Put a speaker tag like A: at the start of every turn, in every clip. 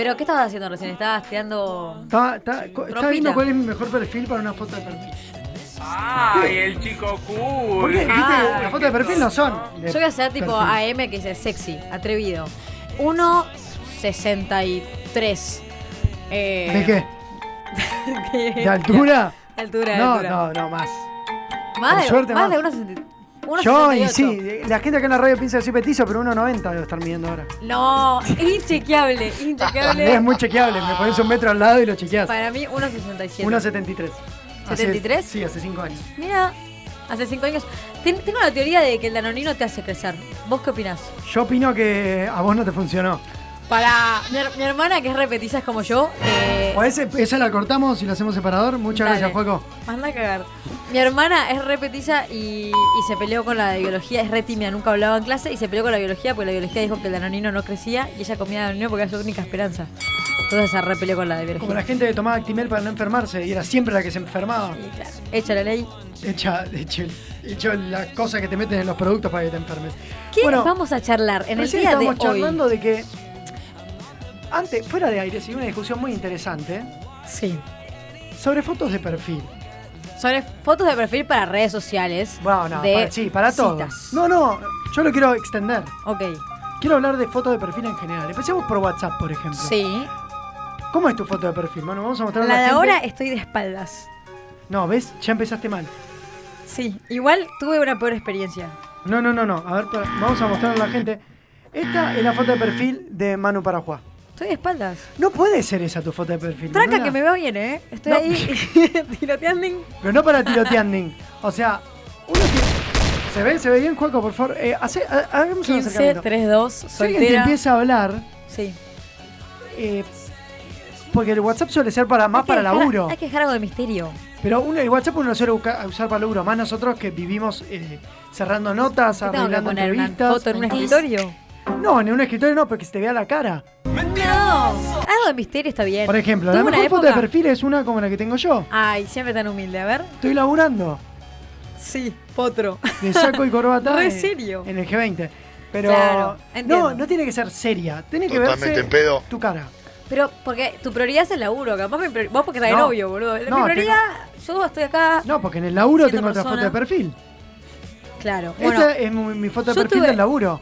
A: ¿Pero qué estabas haciendo recién? Estabas teando.
B: Estaba, estaba- co- estaba
A: Ropita.
B: viendo cuál es mi mejor perfil para una foto de perfil.
C: ¡Ay, el chico cool!
B: Porque, viste,
A: Ah.
B: las fotos de perfil no son. de
A: Yo voy a hacer tipo
B: Eh, perfil.
A: AM que dice sexy, atrevido. 1.63. Eh,
B: ¿De qué?
A: ¿qué?
B: ¿De altura?
A: De altura, de
B: No,
A: altura.
B: no, no, más.
A: Más
B: Por
A: de,
B: suerte,
A: más de
B: más.
A: 1.68.
B: Yo, y sí, la gente acá en la radio piensa que soy petizo, pero 1,90 debo estar midiendo ahora.
A: No, es inchequeable, inchequeable.
B: Es muy chequeable, me pones un metro al lado y lo chequeas.
A: Para mí, 1.67.
B: 1,73. Hace-
A: ¿73?
B: Sí, hace 5 años.
A: Mira, hace 5 años. Ten- tengo la teoría de que el danonino te hace crecer. ¿Vos qué opinás?
B: Yo opino que a vos no te funcionó.
A: Para mi, her- mi hermana, que es repetiza como yo. Eh,
B: O ese, esa la cortamos y la hacemos separador. Muchas
A: Dale.
B: gracias, Juaco.
A: Anda a cagar. Mi hermana es repetiza y, y se peleó con la de biología, es re tímida, nunca hablaba en clase y se peleó con la biología porque la biología dijo que el danonino no crecía y ella comía danonino porque era su única esperanza. Entonces se repeleó con la de
B: Como
A: biología.
B: la gente que tomaba Actimel para no enfermarse y era siempre la que se enfermaba.
A: Y claro, hecha la ley.
B: Hecha, hecho, hecho las cosas que te meten en los productos para que te enfermes.
A: ¿Qué
B: Bueno,
A: vamos a charlar en el
B: Recién
A: día de
B: estábamos
A: hoy?
B: charlando de que antes, fuera de aire, se dio una discusión muy interesante
A: Sí.
B: sobre fotos de perfil.
A: Sobre fotos de perfil para redes sociales.
B: Bueno, no,
A: de
B: para- sí, para
A: citas.
B: todos. No, no, yo lo quiero extender.
A: Ok.
B: Quiero hablar de fotos de perfil en general. Empecemos por WhatsApp, por ejemplo.
A: Sí.
B: ¿Cómo es tu foto de perfil? Bueno, vamos a mostrar
A: La de
B: gente.
A: ahora estoy de espaldas.
B: No, ¿ves? Ya empezaste mal.
A: Sí. Igual tuve una peor experiencia.
B: No, no, no, no. A ver, para- vamos a mostrar a la gente. Esta es la foto de perfil de Manu Parajuá.
A: Estoy de espaldas.
B: No puede ser esa tu foto de perfil.
A: Tranca
B: Manuela.
A: que me veo bien, ¿eh? Estoy
B: No.
A: ahí tiroteando.
B: Pero no para tiroteando. O sea, uno que- ¿Se ve? ¿Se ve bien, Juaco? Por favor, eh, hace, ha- hagamos un
A: 15,
B: acercamiento.
A: 3, 2,
B: Si alguien te
A: soltera.
B: empieza a hablar,
A: Sí.
B: eh, porque el WhatsApp suele ser para más
A: Hay que
B: para
A: dejar-
B: laburo.
A: Hay que dejar algo de misterio.
B: Pero uno, el WhatsApp uno lo suele busca- usar para laburo. Más nosotros que vivimos eh, cerrando notas,
A: ¿Qué tengo que
B: arreglando
A: poner? ¿Una
B: entrevistas.
A: foto en un escritorio?
B: No, en un escritorio no, porque se te vea la cara.
A: Algo de misterio está bien.
B: Por ejemplo,
A: Tuve
B: la
A: Eh, una
B: mejor foto de
A: época-
B: perfil es una como la que tengo yo.
A: Ay, siempre tan humilde. A ver.
B: Estoy laburando
A: Sí, potro.
B: de saco y corbata.
A: Re
B: eh,
A: serio.
B: En el G20. Pero
A: Claro, entiendo.
B: no, no tiene que ser seria. Tiene que
D: Totalmente
B: verse
D: en pedo.
B: tu cara.
A: Pero porque tu prioridad es el laburo, capaz mi prior- vos porque estás de
B: No.
A: novio, boludo.
B: No,
A: mi prioridad, yo estoy acá.
B: No, porque en el laburo
A: Siendo
B: tengo otra
A: persona.
B: foto de perfil.
A: Claro. Bueno,
B: Esta es mi, mi foto de
A: yo
B: perfil
A: tuve-
B: del laburo.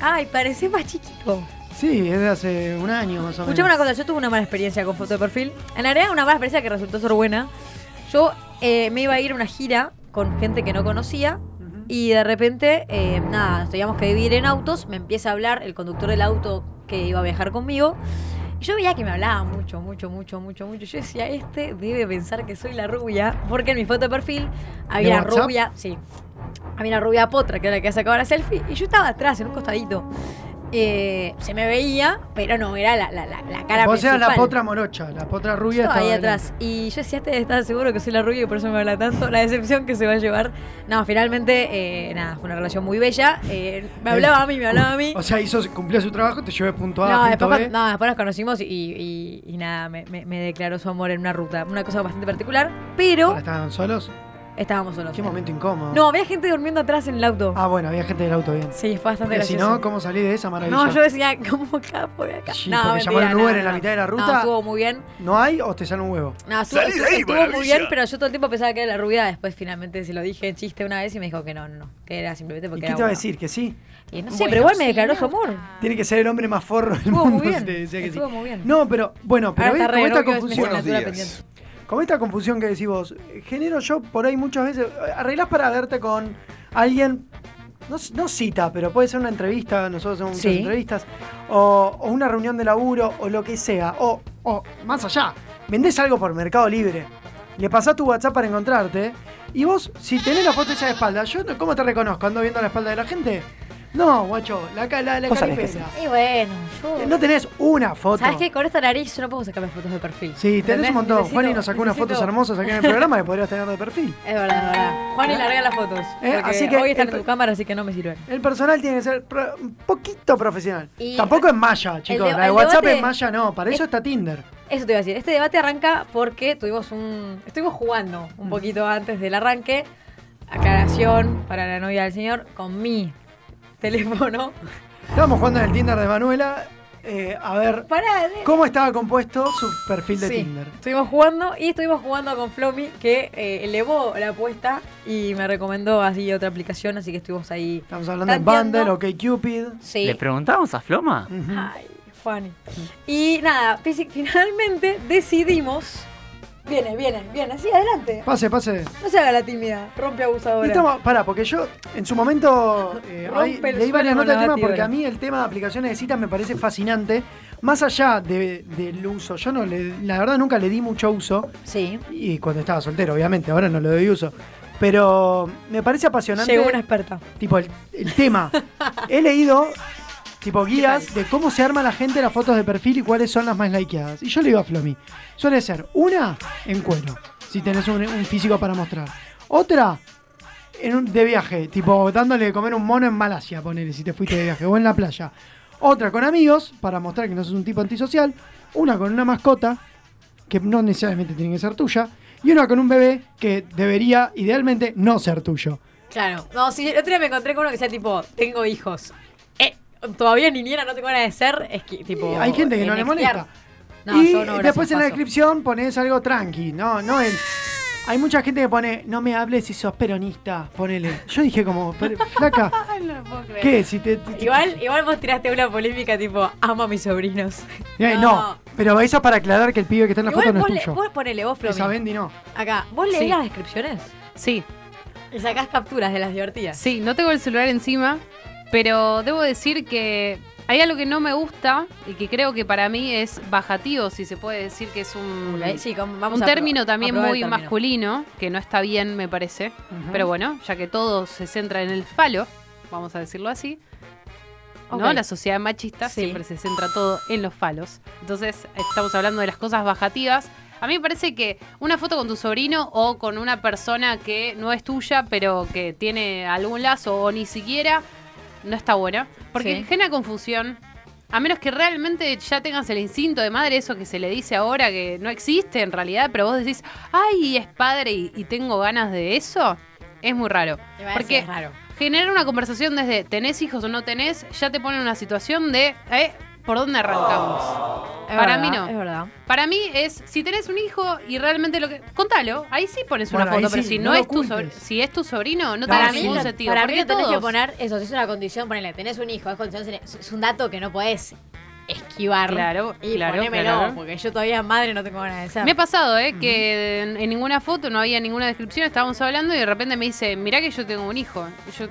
A: ay, parecés más chiquito.
B: Sí, es de hace un año más o menos.
A: Escuchame una cosa, yo tuve una mala experiencia con foto de perfil. En la realidad, una mala experiencia que resultó ser buena. Yo eh, me iba a ir a una gira con gente que no conocía
B: Ujú.
A: y de repente, eh, nada, nos teníamos que dividir en autos. Me empieza a hablar el conductor del auto que iba a viajar conmigo. Y yo veía que me hablaba mucho, mucho, mucho, mucho, mucho. Yo decía, este debe pensar que soy la rubia, porque en mi foto de perfil
B: ¿De
A: había una
B: WhatsApp?
A: rubia, sí, había una rubia potra que era la que sacaba la selfie y yo estaba atrás, en un costadito. Eh, se me veía, pero no, era la, la, la, la cara
B: Vos eras
A: principal.
B: la potra morocha, la potra rubia.
A: Yo
B: estaba
A: ahí
B: adelante.
A: atrás. Y yo decía, este está seguro que soy la rubia y por eso me habla tanto. La decepción que se va a llevar. No, finalmente, eh, nada, fue una relación muy bella. Eh, me hablaba a mí, me hablaba a mí.
B: O sea, hizo, cumplió su trabajo, te llevé punto A,
A: No,
B: punto
A: después,
B: B.
A: cuando- no, después nos conocimos y, y- y nada, me, me- me declaró su amor en una ruta. Una cosa bastante particular, pero
B: Ahora estaban solos.
A: estábamos solos.
B: Qué momento incómodo.
A: No, había gente durmiendo atrás en el auto.
B: Ah, bueno, había gente del auto bien.
A: Sí, fue bastante
B: Porque si
A: gracioso.
B: no, ¿cómo salí de esa maravilla?
A: No, yo decía, ¿cómo acá? ¿Por acá?
B: Sí,
A: no,
B: porque llamar a un
A: mentira,
B: Uber
A: no,
B: en la
A: no.
B: mitad de la
A: No,
B: ruta.
A: estuvo muy bien.
B: ¿No hay o te sale un huevo?
A: No, estuvo,
D: Salí de ahí,
A: estuvo- estuvo muy
D: maravilla.
A: bien, pero yo todo el tiempo pensaba que era la rubia. Después finalmente se lo dije en chiste una vez y me dijo que no, no, no, que era simplemente porque
B: ¿Y qué
A: era
B: te va a
A: una-
B: decir? ¿Que sí?
A: Y no sé, pero igual me declaró su amor.
B: Tiene que ser el hombre más forro del
A: Estuvo muy
B: mundo.
A: bien,
B: si te decía que sí.
A: estuvo muy bien.
B: No, pero bueno, pero
A: Ahora
B: ves,
A: está
B: como
A: re novio,
B: esta
A: es mi
B: confusión.
D: Buenos
A: asignatura
D: días.
A: pendiente.
B: Como esta confusión que decís vos, genero yo por ahí muchas veces, arreglás para verte con alguien, no, no cita, pero puede ser una entrevista, nosotros hacemos muchas
A: Sí.
B: entrevistas, o, o una reunión de laburo, o lo que sea, o, o más allá, vendés algo por Mercado Libre, le pasás tu WhatsApp para encontrarte, y vos, si tenés la foto esa de espalda, yo, no- ¿cómo te reconozco? ¿Ando viendo la espalda de la gente? No, guacho, la, ca- la, la
E: Vos sabés que
B: caripela.
A: Y bueno, yo...
B: Eh, No tenés una foto.
A: ¿Sabes qué? Con esta nariz yo no puedo sacarme fotos de perfil.
B: Sí, tenés
A: ¿Entendés?
B: un montón.
A: Necesito-
B: Juani nos sacó unas
A: necesito-
B: fotos hermosas aquí en el programa que podrías tener de perfil.
A: Es verdad, es verdad. Juani, larga las fotos.
B: Eh,
A: porque
B: así que-
A: hoy están
B: el-
A: en tu cámara, así que no me sirven.
B: El personal tiene que ser pro- un poquito profesional.
A: Y-
B: Tampoco es malla, chicos.
A: de-
B: la de
A: el
B: WhatsApp
A: debate-
B: es malla, no. Para eso está Tinder.
A: Eso te iba a decir. Este debate arranca porque tuvimos un. Estuvimos jugando
B: Mm.
A: un poquito antes del arranque. Aclaración para la novia del señor con mi teléfono.
B: Estábamos jugando en el Tinder de Manuela. eh, a ver
A: Pará, de-
B: cómo estaba compuesto su perfil de
A: Sí,
B: Tinder.
A: Estuvimos jugando y estuvimos jugando con Flomi, que eh, elevó la apuesta y me recomendó así otra aplicación, así que estuvimos ahí.
B: Estamos hablando de
A: Tanteando.
B: Bundle, OK Cupid.
A: Sí.
D: ¿Le preguntamos a Floma?
A: Ay, Fanny. Y nada, fisi- finalmente decidimos. Viene, viene, viene, sí, adelante.
B: Pase, pase.
A: No se haga la tímida, rompe abusadora.
B: Estamos, pará, porque yo en su momento eh,
A: Rompe
B: hay-
A: el
B: leí
A: suelo
B: varias
A: con
B: notas
A: la
B: del tema
A: batidora.
B: porque a mí el tema de aplicaciones de citas me parece fascinante. Más allá de- del uso, yo no le, la verdad nunca le di mucho uso.
A: Sí.
B: Y cuando estaba soltero, obviamente, ahora no le doy uso. Pero me parece apasionante.
A: Llegó una experta.
B: Tipo, el, el tema. He leído, tipo, guías de cómo se arma la gente las fotos de perfil y cuáles son las más likeadas. Y yo le digo a Flomi, suele ser una en cuero, si tenés un, un físico para mostrar. Otra en un- de viaje, tipo, dándole de comer un mono en Malasia, ponele, si te fuiste de viaje, o en la playa. Otra con amigos, para mostrar que no sos un tipo antisocial. Una con una mascota, que no necesariamente tiene que ser tuya. Y una con un bebé que debería, idealmente, no ser tuyo.
A: Claro. No, sí, el otro día me encontré con uno que decía tipo, tengo hijos. Eh, todavía ni niñera no tengo ganas de ser. Es que, tipo.
B: Y hay gente que no le
A: nextear.
B: molesta.
A: No,
B: y
A: yo no,
B: después
A: gracias,
B: en la
A: paso.
B: descripción pones algo tranqui, no, no el- Hay mucha gente que pone, no me hables si sos peronista, ponele. Yo dije como, "Pero, flaca,
A: Ay, no lo puedo creer.
B: ¿qué? Si te, te-
A: Igual, igual vos tiraste una polémica tipo, amo a mis sobrinos.
B: Eh, no. pero eso es para aclarar que el pibe que está en la
A: Igual
B: foto no
A: vos,
B: es
A: le-
B: tuyo.
A: vos ponele, vos Flomi.
B: Esa Bendy no.
A: Acá, vos lees
E: Sí.
A: las descripciones
E: Sí,
A: y sacás capturas de las divertidas.
E: sí, no tengo el celular encima, pero debo decir que hay algo que no me gusta y que creo que para mí es bajativo, si se puede decir que es un,
A: Ok, sí, com- vamos
E: un
A: a
E: término
A: pro- a
E: también
A: probar
E: muy
A: el término.
E: masculino, que no está bien, me parece. Pero bueno, ya que todo se centra en el falo, vamos a decirlo así. ¿No?
A: Ok.
E: La sociedad machista
A: Sí.
E: siempre se centra todo en los falos. Entonces, estamos hablando de las cosas bajativas. A mí me parece que una foto con tu sobrino o con una persona que no es tuya, pero que tiene algún lazo o ni siquiera, no está buena. Porque
A: Sí.
E: genera confusión. A menos que realmente ya tengas el instinto de madre, eso que se le dice ahora que no existe en realidad, pero vos decís, ay, es padre y, y tengo ganas de eso, es muy raro.
A: Iba a decir,
E: Porque
A: es raro.
E: generar una conversación desde tenés hijos o no tenés, ya te pone en una situación de, eh, ¿por dónde arrancamos?
A: Es
E: para
A: verdad,
E: mí no.
A: Es verdad.
E: Para mí es, si tenés un hijo y realmente lo que... Contalo, ahí sí pones una
B: Bueno, ahí
E: foto, pero
B: sí,
E: si
B: no
E: no,
B: lo
E: es tu
B: ocultes.
E: sobrino, si es tu sobrino, no
B: Para
E: tiene
B: mí
E: ningún
B: lo-
E: sentido.
A: para mí
E: porque
A: lo tenés que
E: todos-
A: poner eso, si es una condición, ponele, tenés un hijo, es, condición- es un dato que no podés esquivar.
E: Claro,
A: y
E: claro,
A: ponémelo,
E: claro.
A: porque yo todavía madre no tengo ganas de ser.
E: Me ha pasado, ¿eh? Que en, en ninguna foto, no había ninguna descripción, estábamos hablando y de repente me dice, mirá que yo tengo un hijo. Y Yo,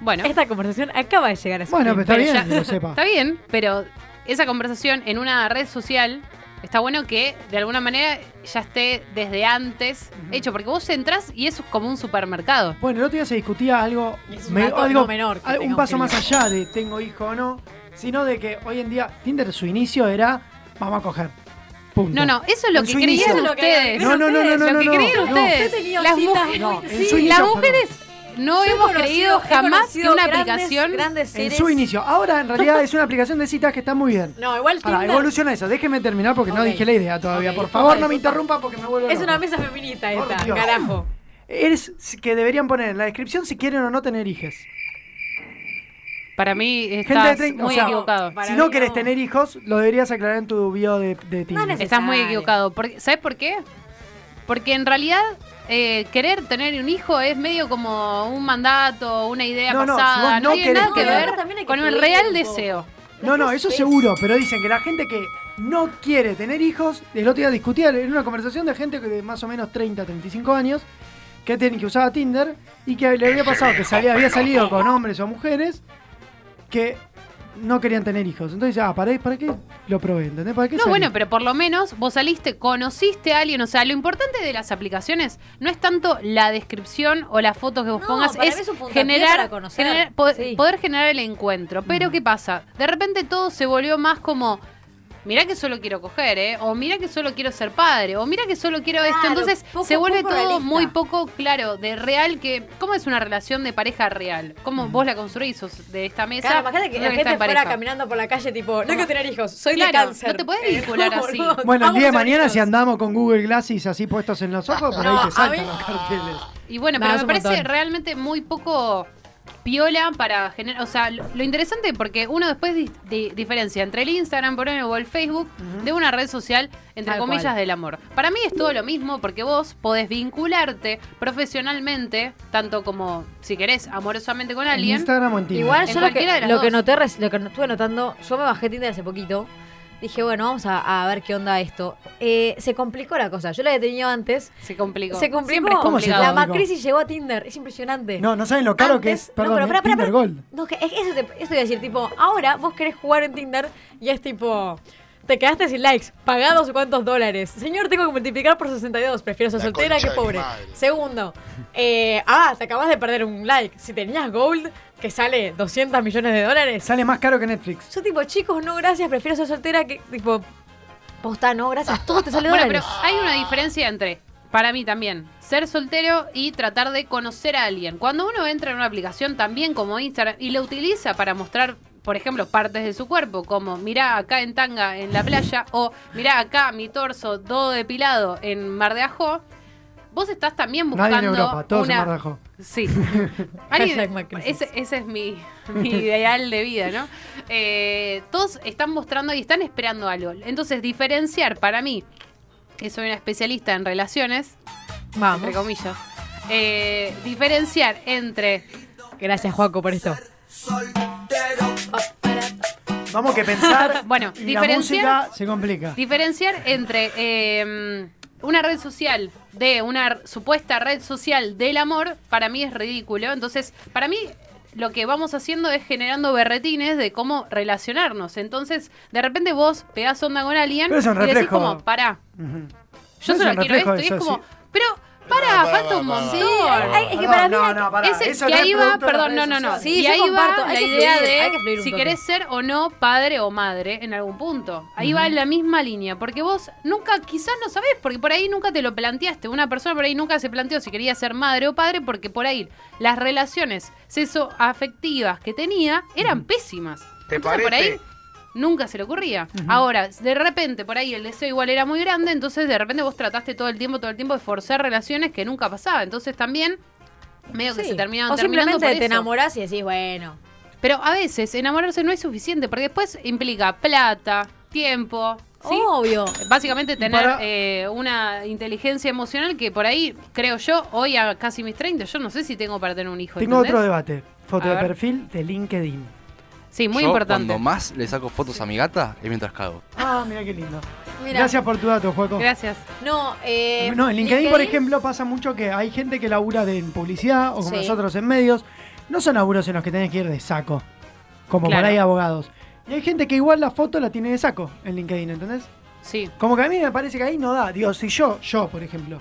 E: bueno,
A: Esta conversación acaba de llegar a su
B: Bueno, pero
A: fin.
B: está bien
E: ya-
B: que lo sepa.
E: está bien, pero esa conversación en una red social está bueno que de alguna manera ya esté desde antes hecho, porque vos entras y eso es como un supermercado.
B: Bueno, el otro día se discutía algo,
A: Es un dato no menor que
B: al- un
A: tengamos
B: paso
A: que
B: más
A: leer.
B: allá de tengo hijo o no, sino de que hoy en día Tinder su inicio era vamos a coger. Punto.
E: No, no, eso es lo
B: En
E: que
B: su inicio.
E: creían
A: Eso es lo que
E: ustedes.
A: creían
B: No, no, no, no,
A: ustedes,
B: no,
E: lo que
B: no,
E: creían
B: no.
E: ustedes. Las mujeres-
B: No, en su
A: sí,
E: Las
B: inicio,
E: mujeres
A: Yo
E: no
A: he
E: hemos
A: conocido-
E: creído
A: he
E: jamás que
A: conocido
E: una
A: grandes-
E: aplicación...
A: grandes
B: En
A: seres-
B: su inicio. Ahora en realidad es una aplicación de citas que está muy bien.
A: No, igual
B: Ahora,
A: Tinder
B: evoluciona eso. Déjeme terminar porque no
A: Ok.
B: dije la idea todavía.
A: Ok,
B: Por favor, no
A: disculpa,
B: me interrumpa porque me vuelvo
A: es
B: loco.
A: una mesa feminista
B: Por
A: esta,
B: Dios.
A: carajo.
B: Es que deberían poner en la descripción si quieren o no tener hijos.
E: Para mí
B: de
E: estás
B: 30, o
E: muy
B: sea,
E: equivocado.
A: Para
B: Si
A: mí
B: no
A: no.
B: querés tener hijos, lo deberías aclarar en tu bio de, de Tinder.
A: No neces-
E: Estás muy
A: necesario.
E: equivocado. Porque- ¿Sabes por qué? Porque en realidad eh, querer tener un hijo es medio como un mandato, una idea
B: No, no, si
E: pasada.
B: vos no
E: tiene nada que
B: querés tener-
E: ver
A: También hay que
E: con el
A: fluir
E: real
A: un poco.
E: deseo.
B: No, no, eso seguro, pero dicen que la gente que no quiere tener hijos, el otro día discutía en una conversación de gente que de más o menos 30, 35 años, que, ten- que usaba Tinder y que le había pasado que salía, había salido con hombres o mujeres que no querían tener hijos. Entonces, ah, ¿para, ¿para qué lo probé? ¿Entendés? ¿Para qué
E: No,
B: salí?
E: bueno, pero por lo menos vos saliste, conociste a alguien. O sea, lo importante de las aplicaciones no es tanto la descripción o las fotos que vos
A: No,
E: pongas,
A: para mí es
E: es
A: un puntapié
E: generar,
A: para conocer.
E: generar- po-
A: Sí.
E: poder generar el encuentro. Pero ¿qué pasa? De repente todo se volvió más como... Mirá que solo quiero coger, ¿eh? O mirá que solo quiero ser padre. O mirá que solo quiero esto.
A: Claro,
E: Entonces
A: poco-
E: se vuelve
A: poco
E: todo
A: realista.
E: muy poco claro, de real que... ¿Cómo es una relación de pareja real? ¿Cómo vos la construís sos de esta mesa?
A: Claro, imagínate que
E: una
A: la
E: está
A: gente
E: en
A: fuera
E: pareja?
A: caminando por la calle tipo, no quiero tener hijos, soy de
E: Claro,
A: cáncer.
E: no te podés
A: Eh,
E: vincular
A: no,
E: así.
A: boludo,
B: Bueno,
A: vamos
B: el día
A: a
B: de
A: tener
B: mañana
A: hijos.
B: si andamos con Google Glasses así puestos en los ojos, por
A: No,
B: ahí te
A: a
B: saltan
A: mí-
B: los carteles.
E: Y bueno,
A: No,
E: pero
A: es
E: me
A: un
E: parece
A: montón.
E: realmente muy poco piola para generar. O sea, lo, lo interesante porque uno después di- di- diferencia entre el Instagram, por ejemplo, o el Facebook de una red social, entre
A: Tal
E: comillas,
A: cual.
E: del amor. Para mí es todo lo mismo porque vos podés vincularte profesionalmente, tanto como si querés, amorosamente con
B: En
E: alguien.
B: Instagram o en Tinder.
A: Igual yo
E: En
A: lo
E: cualquiera de
A: que,
E: las
A: lo que
E: dos.
A: noté, reci- lo que no- estuve notando, yo me bajé Tinder hace poquito. Dije, bueno, vamos a, a ver qué onda esto. Eh, se complicó la cosa. Yo la había tenido antes.
E: Se complicó.
A: Se complicó.
E: Siempre es
B: ¿Cómo se
E: complicado.
A: la
B: complicó?
A: Macrisis llegó a Tinder. Es impresionante.
B: No, no saben lo caro que
A: Antes-
B: es. Perdón,
A: no, pero
B: eh,
A: pará, pará, pará.
B: Tinder Gold.
A: No, que es- eso, te, eso te iba a decir, tipo, ahora vos querés jugar en Tinder y es tipo, te quedaste sin likes, pagados cuántos dólares. Señor, tengo que multiplicar por 62, prefiero ser
D: La
A: soltera que
D: concha de mi
A: pobre.
D: madre.
A: Segundo, eh, ah, te acabas de perder un like. Si tenías gold, que sale 200 millones de dólares.
B: Sale más caro que Netflix.
A: Yo tipo, chicos, no, gracias, prefiero ser soltera que, tipo, posta, no, gracias, todo te sale
E: Bueno,
A: dólares.
E: pero hay una diferencia entre, para mí también, ser soltero y tratar de conocer a alguien. Cuando uno entra en una aplicación también como Instagram y lo utiliza para mostrar, por ejemplo, partes de su cuerpo, como mirá acá en tanga en la playa o mirá acá mi torso todo depilado en Mar de Ajó, vos estás también buscando
B: Nadie en Europa, todos
E: una...
B: en Mar de Ajó.
E: Sí. Alguien-
A: Hashtag Macrisis.
E: ese, ese es mi, mi ideal de vida, ¿no? Eh, todos están mostrando y están esperando algo. Entonces, diferenciar para mí, que soy una especialista en relaciones, entre
A: Vamos.
E: comillas, eh, diferenciar entre
A: Gracias, Juaco, por esto.
B: Vamos que pensar.
E: Bueno,
B: y la
E: diferencia-
B: música se complica.
E: Diferenciar entre eh, una red social de una r- supuesta red social del amor, para mí es ridículo. Entonces, para mí lo que vamos haciendo es generando berretines de cómo relacionarnos. Entonces, de repente vos pegás onda con alguien
B: Pero es un
E: y decís
B: reflejo.
E: como, pará,
B: Ujú.
E: yo
B: No es
E: solo
B: un
E: quiero
B: reflejo
E: esto. Y es
B: eso,
E: como,
B: sí.
E: pero pará,
D: Pará, pará,
E: falta un
D: pará, pará.
E: montón.
A: Ay, es que para mí hay-
B: no, pará,
E: Ese-
B: eso
E: que
B: no es
E: ahí va,
B: producto de las
E: perdón, no,
B: redes
E: no, no.
B: sociales.
A: Sí,
E: y
A: yo
E: ahí
A: comparto,
E: va
A: hay
E: la
A: que
E: idea
A: fluir, hay que fluir
E: de
A: un
E: si
A: toque.
E: querés ser o no padre o madre en algún punto. Ahí va la misma línea, porque vos nunca, quizás no sabés, porque por ahí nunca te lo planteaste. Una persona por ahí nunca se planteó si quería ser madre o padre, porque por ahí las relaciones sexoafectivas que tenía eran pésimas.
C: ¿Te
E: Entonces, por
C: parece?
E: ahí nunca se le ocurría. Ahora, de repente, por ahí el deseo igual era muy grande, entonces de repente vos trataste todo el tiempo, todo el tiempo de forzar relaciones que nunca pasaba. Entonces también medio que
A: Sí.
E: se terminaban
A: o
E: terminando
A: simplemente
E: por
A: te
E: eso.
A: enamorás y decís, bueno,
E: Pero a veces enamorarse no es suficiente, porque después implica plata, tiempo, ¿sí?
A: obvio.
E: Básicamente tener
B: para-
E: eh, una inteligencia emocional que por ahí, creo yo, hoy a casi mis 30, yo no sé si tengo para tener un hijo.
B: Tengo
E: ¿entendés?
B: otro debate. Foto
E: A
B: de
E: ver.
B: perfil de LinkedIn.
E: Sí, muy
F: Yo,
E: importante.
F: Cuando más le saco fotos a mi gata es mientras cago.
B: Ah, mira qué lindo.
A: Mira,
B: Gracias por tu dato, Juaco.
E: Gracias.
A: No, eh,
B: No, en LinkedIn, por ejemplo, pasa mucho que hay gente que labura de, en publicidad o como
A: Sí.
B: nosotros en medios. No son laburos en los que tenés que ir de saco, como
E: Claro.
B: por ahí abogados. Y hay gente que igual la foto la tiene de saco en LinkedIn, ¿entendés?
E: Sí.
B: Como que a mí me parece que ahí no da. Digo, si yo, yo, por ejemplo,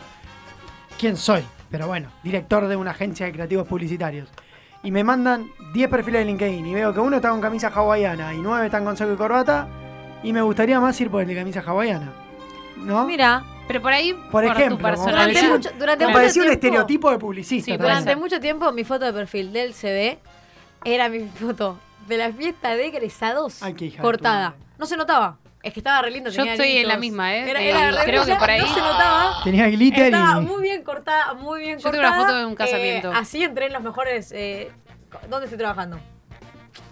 B: ¿quién soy? Pero bueno, director de una agencia de creativos publicitarios. Y me mandan 10 perfiles de LinkedIn y veo que uno está con camisa hawaiana y nueve están con saco y corbata. Y me gustaría más ir por el de camisa hawaiana. ¿No?
A: Mira,
E: Pero por ahí, por,
B: ejemplo,
E: tu
B: como-
A: durante
E: personalidad.
A: mucho, durante
B: Me
A: mucho
B: pareció un
A: tiempo-
B: estereotipo de publicista.
E: Sí,
B: también.
A: Durante mucho tiempo mi foto de perfil del CB era mi foto de la fiesta de egresados
B: Ay, qué hija de
A: cortada.
B: tu madre.
A: No se notaba. Es que estaba re lindo.
E: Yo
A: tenía
E: estoy en
A: hilitos.
E: la misma, ¿eh?
A: Era,
E: Eh,
A: era re
E: creo que
A: bella,
E: por ahí-
A: No se notaba.
B: Tenía glitter
A: Estaba
B: y.
A: muy bien cortada, muy bien
E: Yo tengo
A: cortada.
E: una foto de un
A: Eh,
E: casamiento.
A: así entré en los mejores... eh, ¿Dónde estoy trabajando?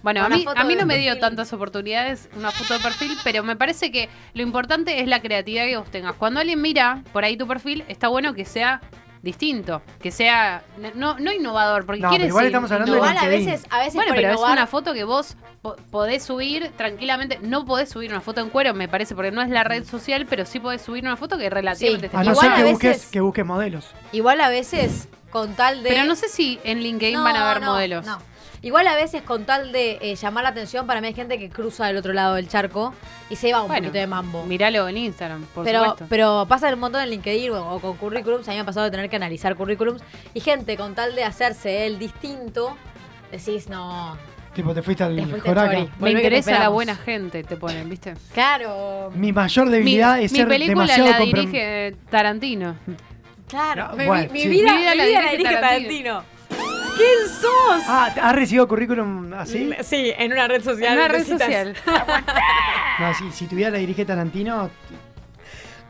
E: Bueno, a
A: Una
E: mí,
A: foto
E: a mí
A: de
E: no me dio
A: perfil.
E: tantas oportunidades una foto de perfil, pero me parece que lo importante es la creatividad que vos tengas. Cuando alguien mira por ahí tu perfil, está bueno que sea distinto, que sea no, no innovador, porque
B: No,
E: quiere
B: pero igual
E: decir
B: estamos hablando de
E: innovar.
A: Igual a
B: LinkedIn.
A: veces, a veces
E: Bueno,
A: por
E: pero es
A: innovar-
E: una foto que vos po- podés subir tranquilamente. No podés subir una foto en cuero, me parece, porque no es la red social, pero sí podés subir una foto que relativamente
A: Sí.
E: esté
B: A no
E: bien.
A: Igual
B: ser
A: a
B: que
A: veces-
B: busques, que busques modelos.
A: Igual a veces, con tal de...
E: Pero no sé si en LinkedIn van a haber
A: no,
E: modelos.
A: no. Igual a veces con tal de eh, llamar la atención, para mí hay gente que cruza del otro lado del charco y se va un
E: Bueno,
A: poquito de mambo.
E: Míralo en Instagram, por
A: Pero,
E: supuesto.
A: pero pasa un montón en LinkedIn o, o con currículums. A mí me ha pasado de tener que analizar currículums. Y gente con tal de hacerse el distinto, decís, no,
B: Tipo, te fuiste
A: te
B: al
A: fuiste
B: Joraca.
A: chori, volvé
E: Me
A: que te
E: interesa la
A: esperamos.
E: buena gente, te ponen, ¿viste?
A: Claro,
B: Mi mayor
E: Mi,
B: debilidad es
E: mi
B: ser
E: película
B: demasiado
E: la
B: comprom-
E: dirige Tarantino.
A: claro.
B: No,
A: mi,
B: bueno,
A: mi
B: sí.
A: vida,
E: Mi vida
A: mi
E: la
A: vida la
E: dirige
A: dirige Tarantino.
E: Tarantino.
A: ¿Quién sos?
B: Ah, ¿has recibido currículum así?
A: Mm, Sí, en una red social.
E: En una red
A: besitas.
E: social.
B: No, si, si tu vida la dirige Tarantino,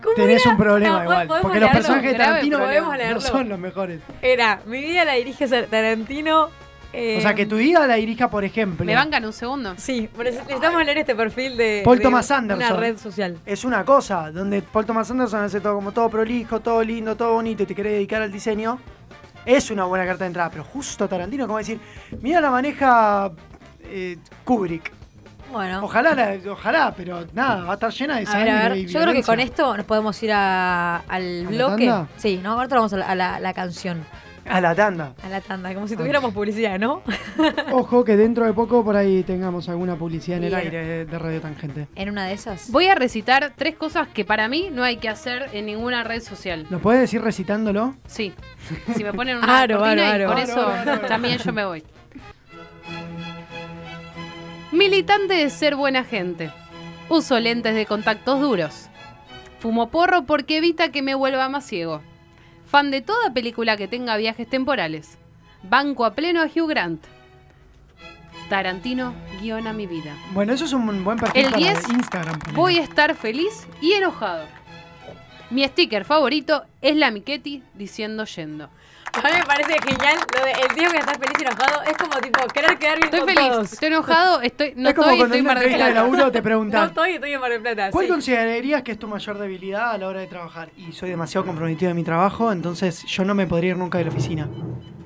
A: ¿Cómo
B: tenés
A: era?
B: un problema
A: No,
B: igual.
A: podemos
B: Porque los
A: leerlo.
B: personajes de
E: grave
B: Tarantino
E: problema.
A: Podemos
B: no
A: leerlo.
B: son los mejores.
A: Era, mi vida la dirige Tarantino, Eh,
B: O sea, que tu vida la dirija, por ejemplo.
E: Me bancan un segundo.
A: Sí, pero necesitamos leer este perfil de,
B: Paul
A: de
B: Thomas Anderson.
A: una red social.
B: Es una cosa, donde Paul Thomas Anderson hace todo como todo prolijo, todo lindo, todo bonito y te querés dedicar al diseño. Es una buena carta de entrada, pero justo Tarantino, como decir, mira la maneja eh, Kubrick.
A: Bueno.
B: Ojalá, la- ojalá, pero nada, va a estar llena de
A: A ver,
B: sangre.
A: a ver,
B: y
A: yo creo que con
B: violencia.
A: esto nos podemos ir a- al
B: la
A: bloque.
B: tanda?
A: Sí, ¿no? Ahora vamos a la, a la- la canción,
B: A la tanda.
A: a la tanda, como si tuviéramos publicidad, ¿no?
B: Ojo que dentro de poco por ahí tengamos alguna publicidad en el
A: Bien.
B: aire de Radio Tangente.
A: En una de esas.
E: Voy a recitar tres cosas que para mí no hay que hacer en ninguna red social.
B: ¿Lo puedes decir recitándolo?
E: Sí. Si me ponen una
A: Aro,
E: cortina
A: aro,
E: y
A: aro.
E: con
A: Aro,
E: eso también yo me voy. Militante de ser buena gente. Uso lentes de contactos duros. Fumo porro porque evita que me vuelva más ciego. Fan de toda película que tenga viajes temporales. Banco a pleno a Hugh Grant. Tarantino guiona mi vida.
B: Bueno, eso es un buen perfil
E: El
B: para
E: 10,
B: Instagram. ponele.
E: Voy a estar feliz y enojado. Mi sticker favorito es la Miquetti diciendo yendo.
A: A mí me parece genial lo de el tío que está feliz y enojado. Es como tipo querer quedar bien
E: Estoy
A: con
E: feliz,
A: todos.
E: estoy enojado, estoy, no
B: es como
E: estoy,
B: cuando en
E: estoy en
B: una
E: Mar del
B: entrevista de
E: Plata.
B: laburo te
A: No
B: preguntan,
A: estoy, estoy en Mar del Plata.
B: ¿cuál
A: sí.
B: considerarías que es tu mayor debilidad a la hora de trabajar? Y soy demasiado comprometido de mi trabajo, entonces yo no me podría ir nunca de la oficina.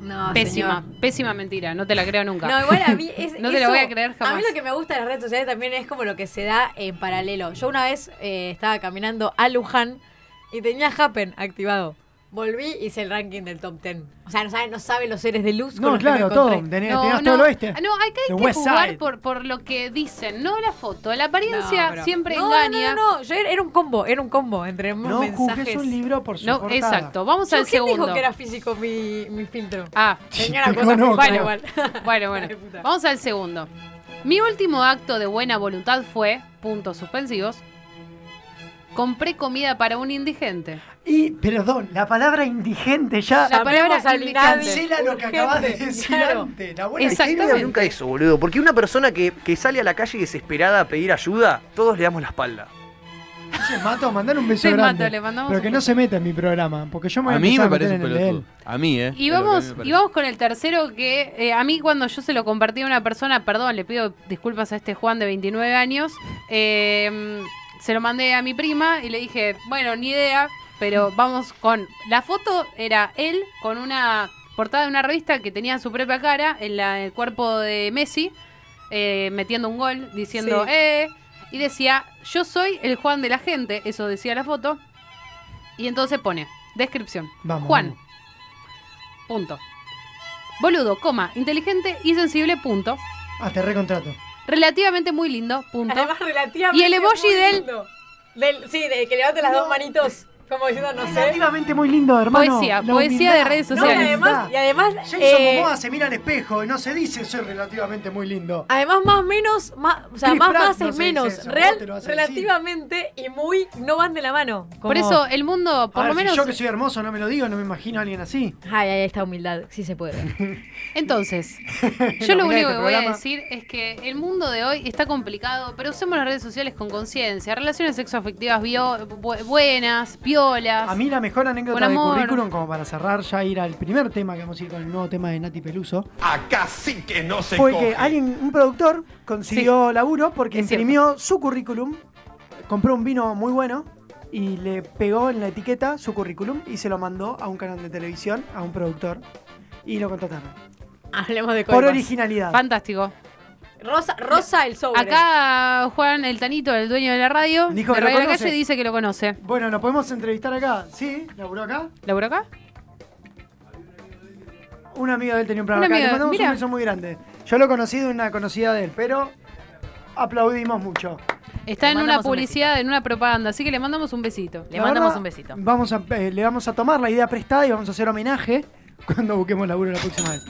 A: No,
E: Pésima,
A: señor.
E: pésima mentira, no te la creo nunca.
A: No, igual a mí es,
E: No te lo
A: eso-
E: voy a creer jamás.
A: A mí lo que me gusta de las redes sociales también es como lo que se da en paralelo. Yo una vez eh, estaba caminando a Luján y tenía Happen activado. Volví y hice el ranking del top 10. O sea, no saben no saben los seres de luz. con
B: No,
A: los que
B: claro,
A: me
B: todo.
A: encontré.
B: Tenías, tenías todo el oeste.
E: No, acá hay
B: The
E: que
B: West
E: jugar
B: Side.
E: por, por lo que dicen, no la foto. La
A: No,
E: apariencia
A: pero-
E: siempre
A: No, No,
E: engaña.
A: no, no, yo era, era un combo, era un combo entre más
B: No juzgues
A: mensajes.
B: un libro por su
E: No,
B: portada.
E: exacto, vamos
A: Yo,
E: al
A: ¿Quién
E: segundo.
A: dijo que era físico mi, mi filtro?
E: Ah,
B: Sí,
A: Señora,
B: te
A: cosa
B: conozco.
A: filtrada
E: Bueno.
A: igual.
E: Bueno,
A: Ay,
E: bueno.
A: puta.
E: Vamos al segundo. Mi último acto de buena voluntad fue, puntos suspensivos, compré comida para un indigente.
B: Y, perdón, la palabra indigente ya...
E: La palabra
A: Llamemos al Inadi.
E: indicante.
B: Cancela lo que
A: Urgente,
B: acabas de decir
A: claro.
B: antes. La buena
E: Exacto.
D: Exactamente.
E: Exactamente.
D: nunca eso, boludo. Porque una persona que, que sale a la calle desesperada a pedir ayuda, todos le damos la espalda.
B: Che, Mato, mandar un beso
E: Te mato,
B: grande.
E: le mandamos
B: pero
E: un
B: que
E: beso.
B: no se meta en mi programa, porque yo me voy a,
F: A mí
B: empezar
F: me
B: a meter
F: parece un
B: en el de
F: pelotudo. A mí, ¿eh?
E: Y
F: Pero que a mí
E: vamos,
F: me parece.
E: y vamos con el tercero que eh, a mí cuando yo se lo compartí a una persona, perdón, le pido disculpas a este Juan de 29 años, eh, se lo mandé a mi prima y le dije, bueno, ni idea, pero vamos con... La foto era él con una portada de una revista que tenía su propia cara en la- el cuerpo de Messi, eh, metiendo un gol, diciendo,
A: Sí.
E: eh, y decía, yo soy el Juan de la gente, eso decía la foto, y entonces pone, descripción.
B: Vamos,
E: Juan.
B: vamos.
E: Punto. Boludo, coma, inteligente y sensible, punto.
B: él. Ah, te recontrato.
E: Relativamente muy lindo, punto.
A: Además, relativamente.
E: Y el emoji
A: muy
E: del-
A: lindo. del. Sí, del que levante las
B: No.
A: dos manitos. Como diciendo, no sé.
B: Relativamente muy lindo, hermano.
E: Poesía,
B: La
E: poesía
B: humildad,
E: de redes
B: la
A: No, y
E: sociales.
B: humildad.
A: además, y además,
B: Jason
A: eh,
B: Momoa se mira al espejo y no se dice soy relativamente muy lindo.
E: Ah,
A: además más menos, más, o sea,
B: Chris
A: más
B: Pratt
A: más
B: no
A: es
B: se dice
A: menos.
B: eso, vos
A: Real,
B: te lo vas a
A: relativamente y muy no van de la mano.
E: Por
A: Como-
E: eso el mundo, por
B: A
E: lo
B: ver, si
E: menos.
B: yo que soy hermoso no me lo digo, no me imagino a alguien así.
A: Ay, ay, esta humildad, sí se puede.
E: Entonces,
B: La
E: yo
B: humildad de
E: lo único
B: este
E: que voy a
B: programa.
E: decir es que el mundo de hoy está complicado, pero usemos las redes sociales con conciencia. Relaciones sexoafectivas bio- bu- buenas, piolas.
B: A mí la mejor anécdota
E: Con
B: de
E: amor.
B: currículum, como para cerrar, ya ir al primer tema que vamos a ir con el nuevo tema de Nati Peluso,
G: Acá sí que no se
B: fue
G: coge.
B: que alguien, un productor, consiguió laburo porque
E: Es cierto.
B: imprimió su currículum, compró un vino muy bueno y le pegó en la etiqueta su currículum y se lo mandó a un canal de televisión, a un productor, y lo contrataron.
A: Hablemos de
B: Por
A: coimas.
B: originalidad.
E: Fantástico.
A: Rosa, Rosa el sobre.
E: Acá Juan el Tanito, el dueño de la radio,
B: Dijo que
E: de
B: lo
E: Radio de la
B: conoce.
E: calle, dice que lo conoce.
B: Bueno, lo podemos entrevistar acá. Sí, laburó acá.
E: ¿Laburó acá?
B: Un amigo de él tenía un
E: Un
B: programa acá.
E: amigo,
B: Le mandamos
E: mira.
B: un beso muy grande. Yo lo conocí de una conocida de él, pero aplaudimos mucho.
E: Está
H: Le
E: en una
H: mandamos un
E: publicidad, en una propaganda, así que le mandamos un besito.
H: Le
B: La
H: mandamos
B: verdad,
H: un besito.
B: Vamos a, eh, le vamos a tomar la idea prestada y vamos a hacer homenaje cuando busquemos laburo la próxima vez.